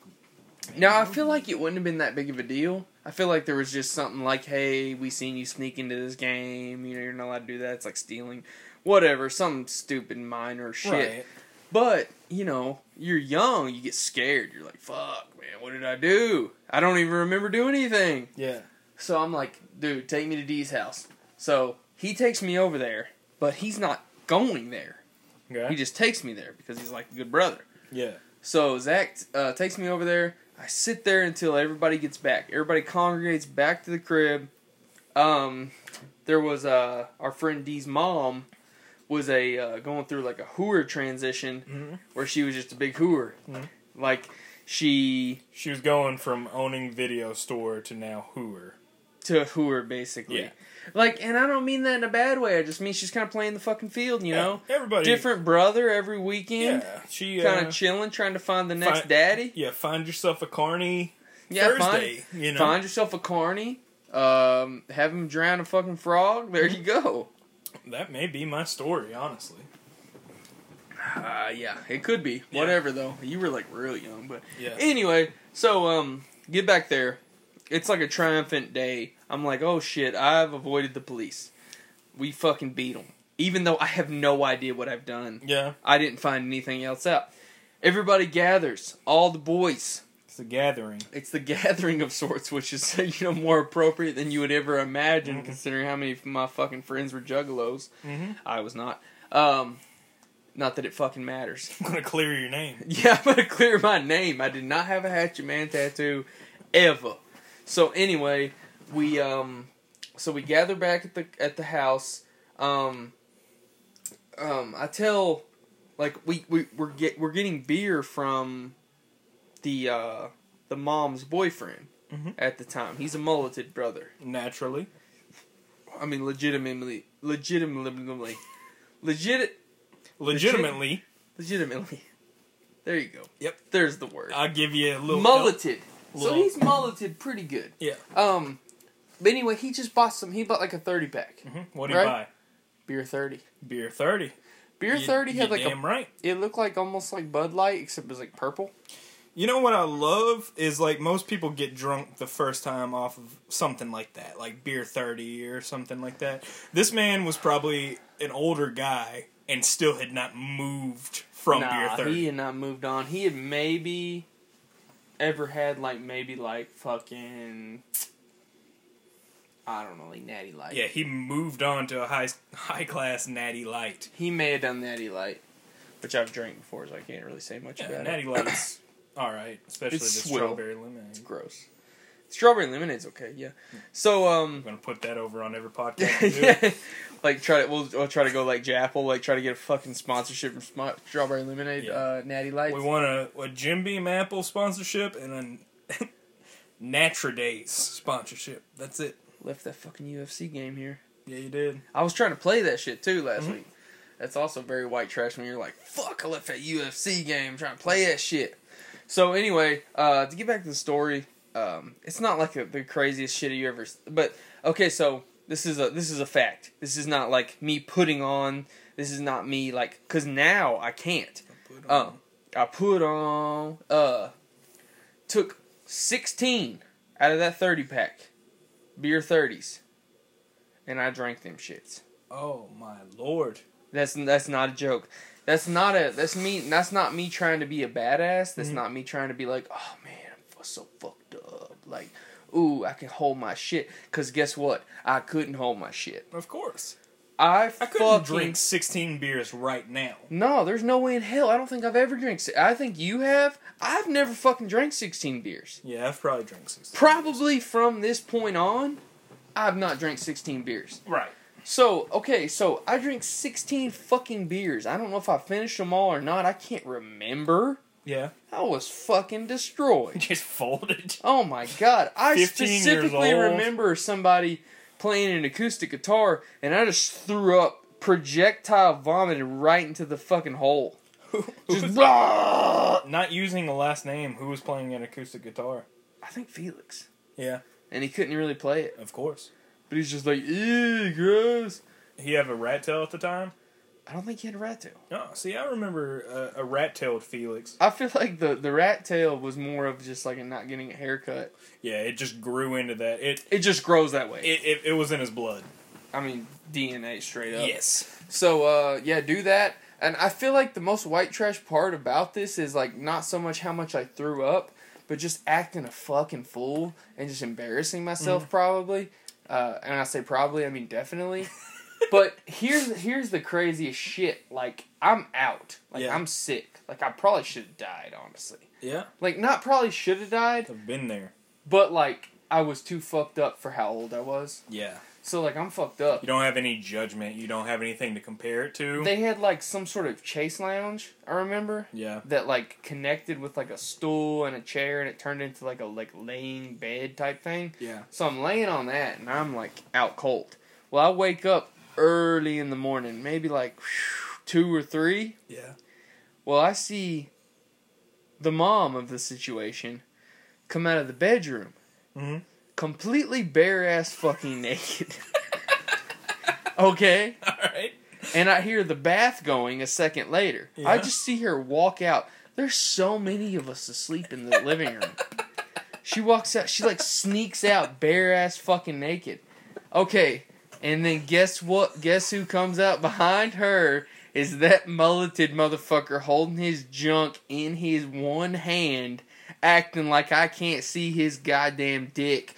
A: now I feel like it wouldn't have been that big of a deal. I feel like there was just something like, "Hey, we seen you sneak into this game. You know, you're not allowed to do that. It's like stealing, whatever, some stupid minor shit."
B: Right.
A: But you know, you're young. You get scared. You're like, "Fuck, man, what did I do? I don't even remember doing anything."
B: Yeah.
A: So I'm like, "Dude, take me to D's house." So he takes me over there, but he's not going there.
B: Okay.
A: He just takes me there because he's like a good brother.
B: yeah.
A: So Zach uh, takes me over there. I sit there until everybody gets back. Everybody congregates back to the crib. Um, there was uh, our friend Dee's mom was a uh, going through like a hooer transition
B: Mhm.
A: where she was just a big hooer.
B: Mhm.
A: Like she
B: She was going from owning video store to now hooer.
A: to hooer basically.
B: Yeah.
A: Like, and I don't mean that in a bad way. I just mean she's kind of playing the fucking field, you know.
B: everybody
A: Different brother every weekend,
B: Yeah, she
A: kind
B: uh,
A: of chilling, trying to find the next
B: Fi-
A: daddy.
B: yeah. Find yourself a carny
A: Yeah, find-
B: Thursday. you know,
A: Find yourself a carny. Um, have him drown a fucking frog. There you go.
B: that may be my story. Honestly,
A: Uh, yeah, it could be.
B: Yeah.
A: Whatever though. You were like real young, but
B: yeah.
A: anyway. So um, get back there. It's like a triumphant day. I'm like, oh shit, I've avoided the police. We fucking beat them. Even though I have no idea what I've done,
B: yeah,
A: I didn't find anything else out. Everybody gathers, all the boys.
B: it's a gathering.
A: It's the gathering of sorts, which is you know more appropriate than you would ever imagine,
B: Mhm.
A: considering how many of my fucking friends were juggalos.
B: Mm-hmm.
A: I was not. Um, not that it fucking matters.
B: I'm gonna clear your name.
A: Yeah, I'm gonna clear my name. I did not have a Hatchet Man tattoo ever. So anyway, we um so we gather back at the at the house. Um um I tell like we, we we're get we're getting beer from the uh the mom's boyfriend
B: Mhm.
A: at the time. He's a mulleted brother.
B: Naturally,
A: I mean legitimately legitimately legit
B: legitimately,
A: legitimately. There you go.
B: Yep.
A: There's the word
B: I'll give you a little
A: mulleted. So
B: Little-
A: he's mulleted pretty good.
B: Yeah.
A: Um, but anyway, he just bought some. He bought like a thirty pack
B: Mhm. What do you
A: Right?
B: buy?
A: beer thirty.
B: Beer thirty.
A: Beer
B: You-
A: thirty had
B: you
A: like a.
B: damn right.
A: It looked like almost like Bud Light, except it was like purple.
B: You know what I love is like most people get drunk the first time off of something like that, like beer 30 or something like that. This man was probably an older guy and still had not moved from beer
A: nah,
B: 30.
A: he had not moved on. He had maybe ever had like maybe like fucking. I don't know, like Natty Light.
B: yeah, he moved on to a high high class natty light.
A: He may have done Natty Light, which I've drank before, so I can't really say much
B: Yeah,
A: about it.
B: natty light's all right, especially
A: It's
B: the
A: swill.
B: strawberry lemonade.
A: Gross. Strawberry lemonade's okay, yeah. So um.
B: I'm gonna put that over on every podcast. we do.
A: yeah. Like try to we'll, we'll try to go like Japple, like try to get a fucking sponsorship from Sm- Strawberry Lemonade,
B: Yeah.
A: uh, Natty Lights.
B: We want a, a Jim Beam Apple sponsorship and a Natra Days sponsorship. That's it.
A: Left that fucking UFC game here.
B: Yeah, you did.
A: I was trying to play that shit too last
B: Mhm.
A: week. That's also very white trash when you're like, fuck, I left that UFC game trying to play that shit. So anyway, uh, to get back to the story, um, it's not like the the craziest shit you ever. s- But okay, so this is a this is a fact. This is not like me putting on. This is not me like because now I can't.
B: Oh.
A: Um, I put on uh took sixteen out of that thirty pack beer thirties, and I drank them shits.
B: Oh my lord.
A: That's that's not a joke. That's not a that's me. That's not me trying to be a badass. That's
B: Mhm.
A: not me trying to be like, oh man, I'm f- so fucked up. Like, ooh, I can hold my shit. Cause guess what? I couldn't hold my shit.
B: Of course.
A: I,
B: I couldn't
A: fucking-
B: drink 16 beers right now.
A: No, there's no way in hell. I don't think I've ever drank. si- I think you have. I've never fucking drank sixteen beers.
B: Yeah, I've probably drank 16.
A: probably from this point on, I've not drank 16 beers.
B: Right.
A: So okay, so I drink sixteen fucking beers. I don't know if I finished them all or not. I can't remember.
B: Yeah.
A: I was fucking destroyed.
B: Just folded.
A: Oh my god! I
B: 15 years
A: specifically
B: old.
A: remember somebody playing an acoustic guitar, and I just threw up projectile vomited right into the fucking hole. Just I
B: Not using a last name, who was playing an acoustic guitar?
A: think Felix,
B: Yeah,
A: and he couldn't really play it,
B: of course.
A: but he's just like, ew, gross.
B: He have a rat tail at the time.
A: I don't think he had a rat tail.
B: Oh, see, I remember uh, a rat-tailed Felix.
A: I feel like the the rat tail was more of just like a not getting a haircut.
B: Yeah, it just grew into that. It
A: It just grows that way.
B: it it, it was in his blood.
A: I mean, DNA straight up.
B: Yes.
A: So, uh, yeah, do that. And I feel like the most white trash part about this is like not so much how much I threw up, but just acting a fucking fool and just embarrassing
B: Mm.
A: myself probably. Uh, and I say probably, I mean definitely. but here's here's the craziest shit. Like I'm out. Like
B: Yeah.
A: I'm sick. Like I probably should have died, honestly.
B: Yeah,
A: Like not probably should have died,
B: I've been there.
A: but like I was too fucked up for how old I was.
B: Yeah.
A: So like I'm fucked up.
B: You don't have any judgment. You don't have anything to compare it to.
A: They had like some sort of chase lounge, I remember,
B: yeah.
A: that like connected with like a stool and a chair and it turned into like a like laying bed type thing.
B: Yeah.
A: So I'm laying on that and I'm like out cold. Well, I wake up early in the morning, maybe like 2 or 3.
B: Yeah.
A: Well, I see the mom of the situation come out of the bedroom
B: hmm
A: completely bare ass fucking naked. okay?
B: All right.
A: And I hear the bath going a second later. I
B: Yeah.
A: just see her walk out. There's so many of us asleep in the living room. She walks out. She like sneaks out bare ass fucking naked. Okay. And then guess what? Guess who comes out behind her is that mulleted motherfucker holding his junk in his one hand, acting like I can't see his goddamn dick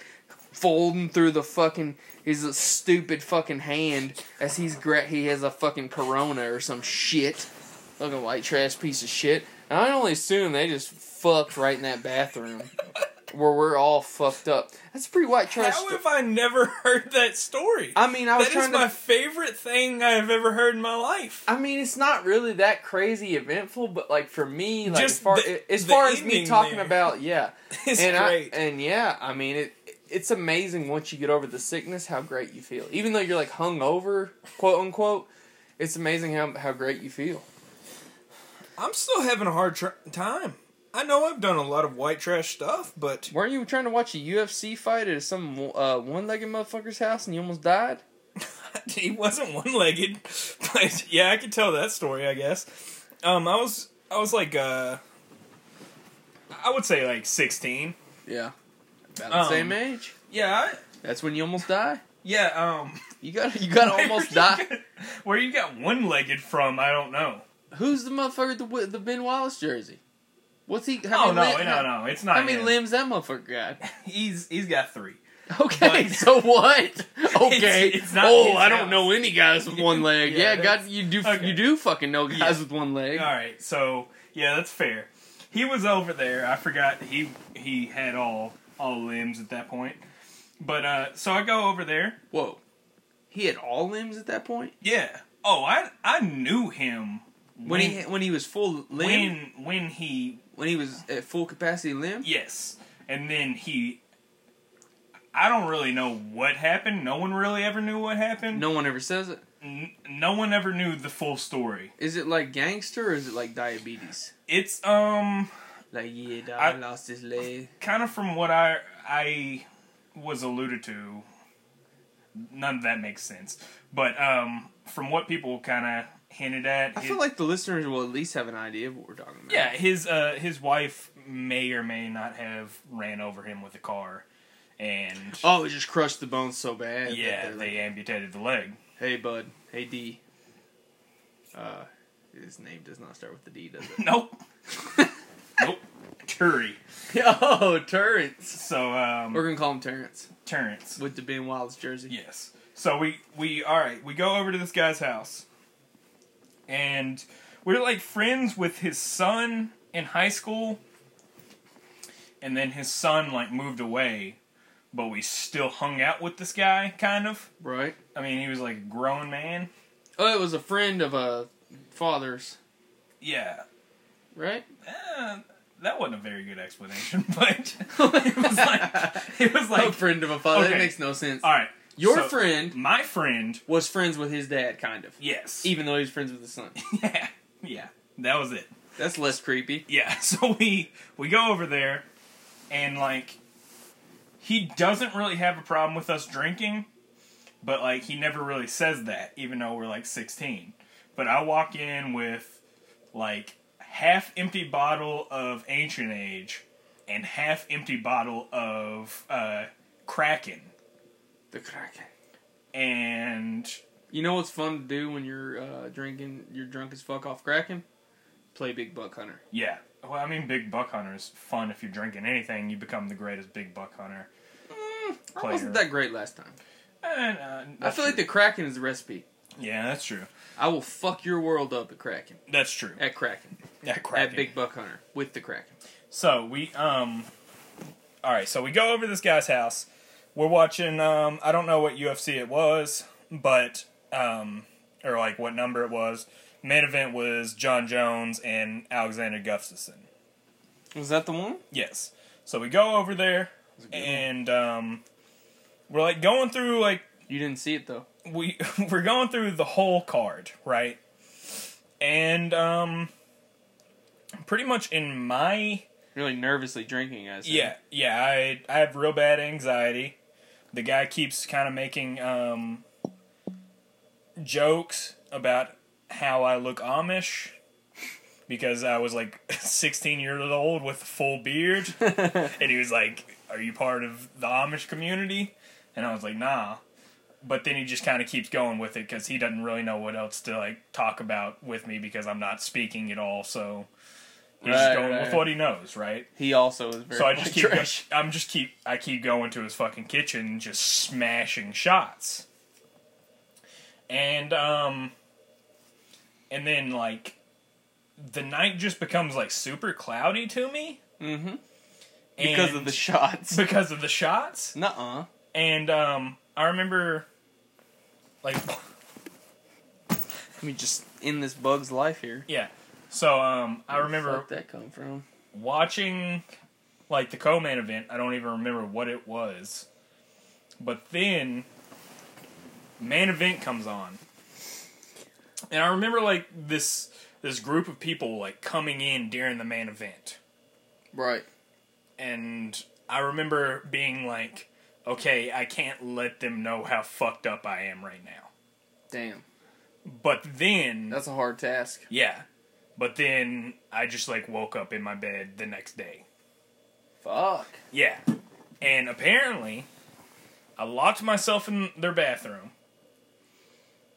A: folding through the fucking his stupid fucking hand as he's gra- he has a fucking corona or some shit, fucking white trash piece of shit. And I only assume they just fucked right in that bathroom where we're all fucked up. That's a pretty white trash.
B: How
A: sto-
B: have I never heard that story?
A: I mean, I was
B: That is
A: trying
B: my
A: to.
B: favorite thing I have ever heard in my life.
A: I mean, it's not really that crazy eventful, but like for me, like as
B: Just
A: far,
B: the-
A: as,
B: the
A: far as me
B: ending
A: talking
B: there.
A: about, yeah,
B: It's
A: and
B: great.
A: I, and yeah, I mean it. It's amazing once you get over the sickness how great you feel. Even though you're like hungover, quote unquote, it's amazing how how great you feel.
B: I'm still having a hard tr- time. I know I've done a lot of white trash stuff, but
A: Weren't you trying to watch a UFC fight at some uh, one-legged motherfucker's house and you almost died?
B: he wasn't one legged. But yeah, I could tell that story. I guess. Um, I was I was like uh, I would say like 16.
A: Yeah, about the
B: Um,
A: same age.
B: Yeah, I,
A: That's when you almost die.
B: yeah. Um,
A: You got you got to almost die.
B: Where you got one legged from? I don't know.
A: Who's the motherfucker with the, with the Ben Wallace jersey? What's he? How
B: Oh
A: many
B: no,
A: lim-
B: no, no! It's not.
A: How many
B: him.
A: limbs that motherfucker got?
B: He's he's got three.
A: Okay,
B: But-
A: so what? Okay.
B: It's- it's not
A: oh,
B: his
A: I don't
B: house.
A: know any guys with one leg.
B: Yeah,
A: yeah, God,
B: that's-
A: you do.
B: okay.
A: You do fucking know guys
B: Yeah.
A: with one leg.
B: All right, so yeah, that's fair. He was over there. I forgot he he had all all limbs at that point. But uh so I go over there.
A: Whoa, he had all limbs at that point.
B: Yeah. Oh, I I knew him
A: When he when he was full limb, when,
B: when when he
A: he was at full capacity limb.
B: yes, and then he. I don't really know what happened. No one really ever knew what happened.
A: No one ever says it.
B: N- no one ever knew the full story.
A: Is it like gangster or is it like diabetes?
B: It's um
A: Like yeah, dog
B: I-
A: lost his leg.
B: kind of from what I I was alluded to, none of that makes sense. But um, from what people kind of hinted at,
A: I feel like the listeners will at least have an idea of what we're talking about.
B: yeah, his uh, his wife may or may not have ran over him with a car, and
A: Oh, it just crushed the bones so bad. that
B: yeah,
A: they're like,
B: they amputated the leg.
A: Hey, bud. Hey, D. Uh, his name does not start with the D, does it?
B: Nope, nope, Turi. Oh,
A: Yo, Terrence.
B: So um,
A: We're gonna call him Terrence
B: Terrence.
A: with the Ben Wallace jersey.
B: Yes. So we we all right. We go over to this guy's house, and we're like friends with his son in high school, and then his son like moved away, but we still hung out with this guy, kind of.
A: Right.
B: I mean, he was like a grown man.
A: Oh, it was a friend of a father's,
B: Yeah.
A: right?
B: Eh, that wasn't a very good explanation, but it was like it was
A: a
B: like
A: friend of a father. That
B: okay.
A: makes no sense.
B: all right.
A: Your
B: so,
A: friend
B: my friend,
A: was friends with his dad, kind of.
B: yes,
A: Even though he was friends with his son.
B: yeah, yeah, that was it.
A: That's less creepy.
B: Yeah, so we we go over there, and like, he doesn't really have a problem with us drinking, but like he never really says that, even though we're like sixteen. But I walk in with like half empty bottle of Ancient Age and half empty bottle of uh, Kraken,
A: The Kraken.
B: and
A: You know what's fun to do when you're uh, drinking, you're drunk as fuck off Kraken? Play Big Buck Hunter.
B: yeah. Well, I mean, big buck hunter is fun. If you're drinking anything, you become the greatest big buck hunter.
A: Mm, I wasn't that great last time.
B: And, uh,
A: I feel like the Kraken is the recipe.
B: Yeah, that's true.
A: I will fuck your world up at Kraken.
B: That's true.
A: At Kraken.
B: That
A: At Big Buck Hunter. With the Kraken.
B: So we um, all right. So we go over to this guy's house. We're watching. Um, I don't know what UFC it was, but um, or like what number it was. Main event was John Jones and Alexander Gustafsson.
A: Was that the one?
B: Yes. So we go over there,
A: a good one.
B: and um, we're like going through like
A: You didn't see it though.
B: we we're going through the whole card, right? And um pretty much in my
A: You're like nervously drinking, I said.
B: yeah, yeah, I I have real bad anxiety. The guy keeps kind of making um jokes about how I look Amish because I was like 16 years old with a full beard and he was like, "Are you part of the Amish community?" And I was like, "Nah." But then he just kind of keeps going with it because he doesn't really know what else to like talk about with me because I'm not speaking at all. So he's just
A: Right,
B: going
A: right,
B: with
A: right.
B: what he knows, right?
A: He also is very
B: So I just keep go-
A: trash.
B: I'm just keep I keep going to his fucking kitchen, and just smashing shots. And um, and then like, the night just becomes like super cloudy to me
A: Mm-hmm. Because of
B: and-
A: the shots.
B: because of the shots.
A: Nuh-uh.
B: And um, I remember, like,
A: Let me just end this bug's life here.
B: yeah. So um, I
A: Where
B: remember
A: did that come from?
B: watching, like, the co-man event. I don't even remember what it was, but then man event comes on, and I remember like this this group of people like coming in during the man event.
A: Right.
B: and I remember being like, okay, I can't let them know how fucked up I am right now.
A: Damn.
B: But then,
A: That's a hard task.
B: yeah, but then I just like woke up in my bed the next day.
A: Fuck.
B: Yeah. And apparently, I locked myself in their bathroom,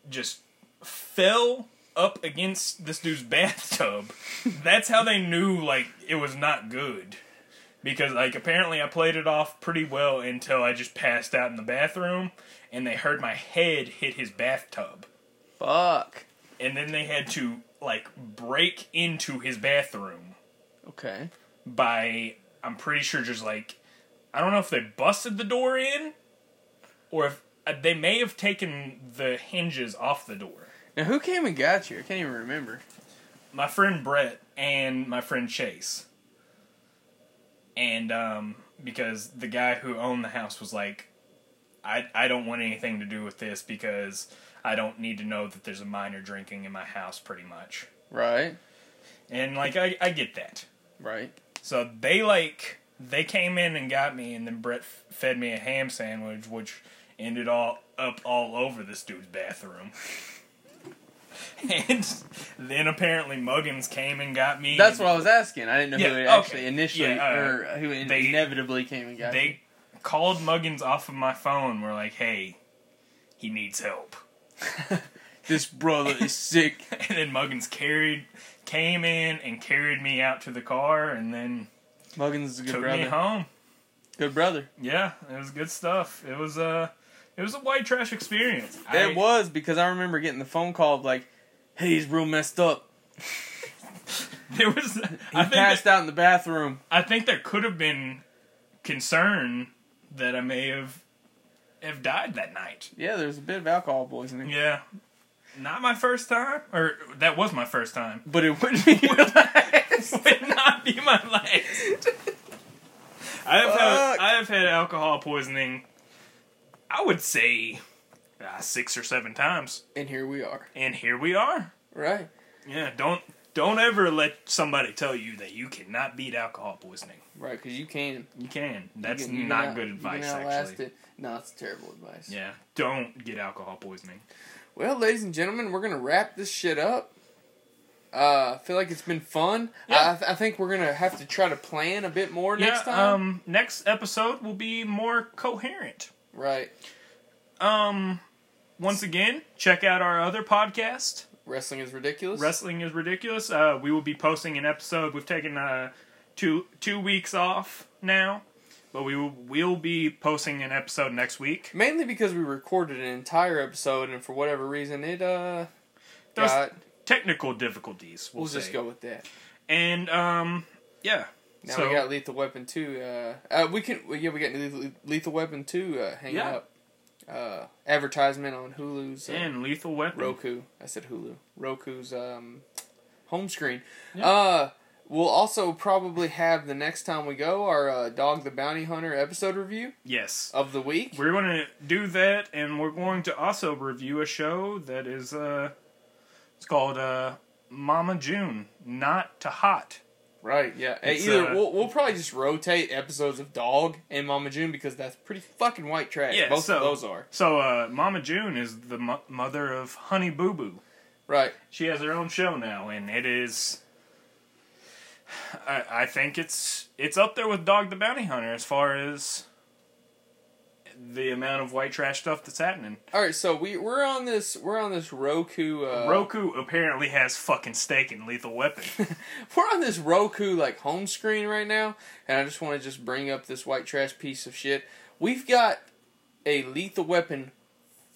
B: just fell up against this dude's bathtub. That's how they knew, like, it was not good. Because, like, apparently I played it off pretty well until I just passed out in the bathroom and they heard my head hit his bathtub.
A: Fuck.
B: And then they had to, like, break into his bathroom
A: Okay.
B: by I'm pretty sure just like I don't know if they busted the door in or if uh, they may have taken the hinges off the door.
A: Now who came and got you? I can't even remember.
B: My friend Brett and my friend Chase. And um because the guy who owned the house was like I I don't want anything to do with this because I don't need to know that there's a minor drinking in my house pretty much.
A: Right.
B: And like I I get that.
A: Right.
B: So they like they came in and got me, and then Brett f- fed me a ham sandwich, which ended all up all over this dude's bathroom. and then apparently Muggins came and got me.
A: That's what I was asking. I didn't know
B: Yeah,
A: who it
B: okay.
A: actually initially
B: Yeah, uh,
A: or who in-
B: they-
A: inevitably came and got you.
B: They called Muggins off of my phone. We're like, hey, he needs help.
A: This brother is sick.
B: And then Muggins carried came in and carried me out to the car, and then
A: Muggins is a good
B: took me
A: brother.
B: home.
A: Good brother.
B: Yeah, it was good stuff. It was uh, it was a white trash experience. I-
A: It was because I remember getting the phone call of like, "Hey, he's real messed up.
B: There was.
A: He
B: I think,
A: passed
B: that-
A: out in the bathroom."
B: I think there could have been concern that I may have have died that night.
A: Yeah, there's a bit of alcohol poisoning.
B: Yeah. Not my first time, or that was my first time.
A: But it wouldn't be your last.
B: Would not be my last. I have had,
A: Fuck.
B: I have had alcohol poisoning. I would say uh, six or seven times,
A: and here we are.
B: and here we are.
A: Right.
B: Yeah, don't don't ever let somebody tell you that you cannot beat alcohol poisoning.
A: Right, because you can.
B: You can.
A: You
B: That's
A: can- you can
B: not
A: out-
B: good
A: you can
B: advice,
A: outlast
B: actually.
A: it. No, it's terrible advice.
B: Yeah, don't get alcohol poisoning.
A: Well, ladies and gentlemen, we're gonna wrap this shit up. Uh, I feel like it's been fun.
B: Yeah.
A: I, I think we're gonna have to try to plan a bit more next
B: yeah,
A: time.
B: um, next episode will be more coherent.
A: right.
B: Um, once again, check out our other podcast.
A: Wrestling is ridiculous.
B: Wrestling is ridiculous. Uh, we will be posting an episode. We've taken uh two two weeks off now, but we will will be posting an episode next week.
A: Mainly because we recorded an entire episode, and for whatever reason, it uh
B: There's
A: got.
B: technical difficulties. We'll,
A: We'll just
B: say.
A: go with that.
B: And um, yeah.
A: Now
B: so
A: we got Lethal Weapon two. Uh, uh we can. well, Yeah, we got Lethal, Lethal Weapon two uh, hanging
B: Yeah.
A: up. Uh, advertisement on Hulu's. Uh,
B: and Lethal Weapon.
A: Roku. I said Hulu. Roku's um, home screen.
B: Yeah.
A: Uh, we'll also probably have the next time we go our uh, Dog the Bounty Hunter episode review
B: Yes.
A: of the week.
B: We're going to do that, and we're going to also review a show that is uh, it's called uh, Mama June, not to hot.
A: Right? Yeah. Uh,
B: It's,
A: Either
B: uh,
A: we'll, we'll probably just rotate episodes of Dog and Mama June because that's pretty fucking white trash.
B: Yeah,
A: Both
B: so-
A: of those are
B: So uh, Mama June is the mo- mother of Honey Boo Boo.
A: right.
B: She has her own show now, and it is. I, I think it's it's up there with Dog the Bounty Hunter as far as the amount of white trash stuff that's happening.
A: All right. So we we're on this we're on this Roku. Uh,
B: Roku apparently has fucking stake in Lethal Weapon.
A: we're on this Roku like home screen right now, and I just want to just bring up this white trash piece of shit. We've got a Lethal Weapon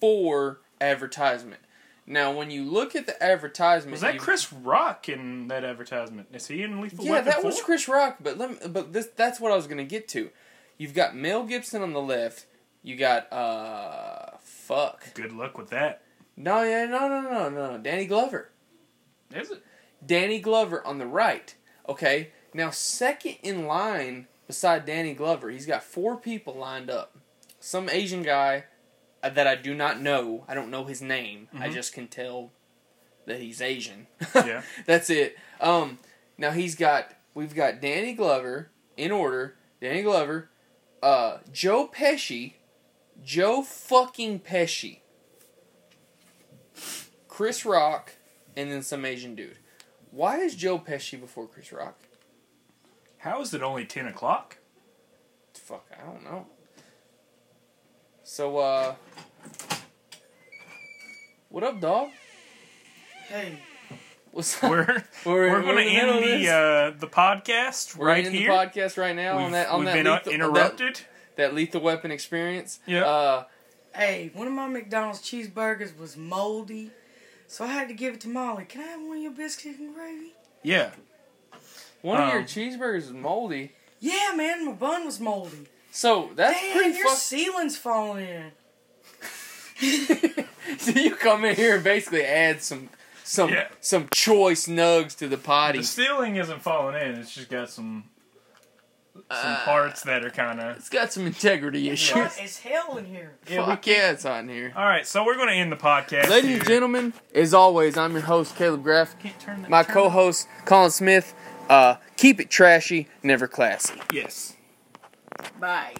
A: four advertisement. Now, when you look at the advertisement,
B: Was that
A: you-
B: Chris Rock in that advertisement? Is he in Lethal
A: Yeah,
B: Weapon?
A: that
B: 4?
A: was Chris Rock. But let me, but this that's what I was gonna get to. You've got Mel Gibson on the left. You got uh fuck.
B: Good luck with that.
A: No, yeah, no, no, no, no, no. Danny Glover.
B: Is it?
A: Danny Glover on the right. Okay, now second in line beside Danny Glover, he's got four people lined up. Some Asian guy uh, that I do not know. I don't know his name. I just can tell that he's Asian.
B: Yeah.
A: That's it. Um, now he's got we've got Danny Glover in order. Danny Glover, uh, Joe Pesci, Joe fucking Pesci, Chris Rock, and then some Asian dude. Why is Joe Pesci before Chris Rock?
B: How is it only ten o'clock?
A: Fuck, I don't know. So uh, what up, dog?
C: Hey,
A: What's up?
B: We're
A: We're-
B: we're,
A: we're
B: gonna
A: in the middle of
B: end the
A: this.
B: uh, the podcast
A: We're
B: right
A: in
B: here.
A: the podcast right now
B: we've
A: on that on
B: we've
A: that
B: been
A: lethal- on that-
B: interrupted.
A: that lethal weapon experience.
B: Yeah.
A: Uh,
C: hey, one of my McDonald's cheeseburgers was moldy, so I had to give it to Molly. Can I have one of your biscuits and gravy?
B: Yeah.
A: one of your
B: Um,
A: cheeseburgers is moldy.
C: Yeah, man, my bun was moldy.
A: So that's
C: Damn,
A: pretty
C: your ceiling's falling in.
A: fucking. so you come in here and basically add some some
B: Yeah.
A: some choice nugs to the potty.
B: The ceiling isn't falling in. It's just got some some
A: Uh,
B: parts that are kind of.
A: It's got some integrity issues.
C: Hot as hell in here.
B: Yeah, we
A: Fuck yeah, it's on here.
B: All right, so we're gonna end the podcast.
A: Ladies
B: here.
A: and gentlemen, as always, I'm your host Caleb Graff.
B: Can't turn that-
A: My
B: turn-
A: co-host Colin Smith. Uh, keep it trashy, never classy.
B: Yes.
C: Bye.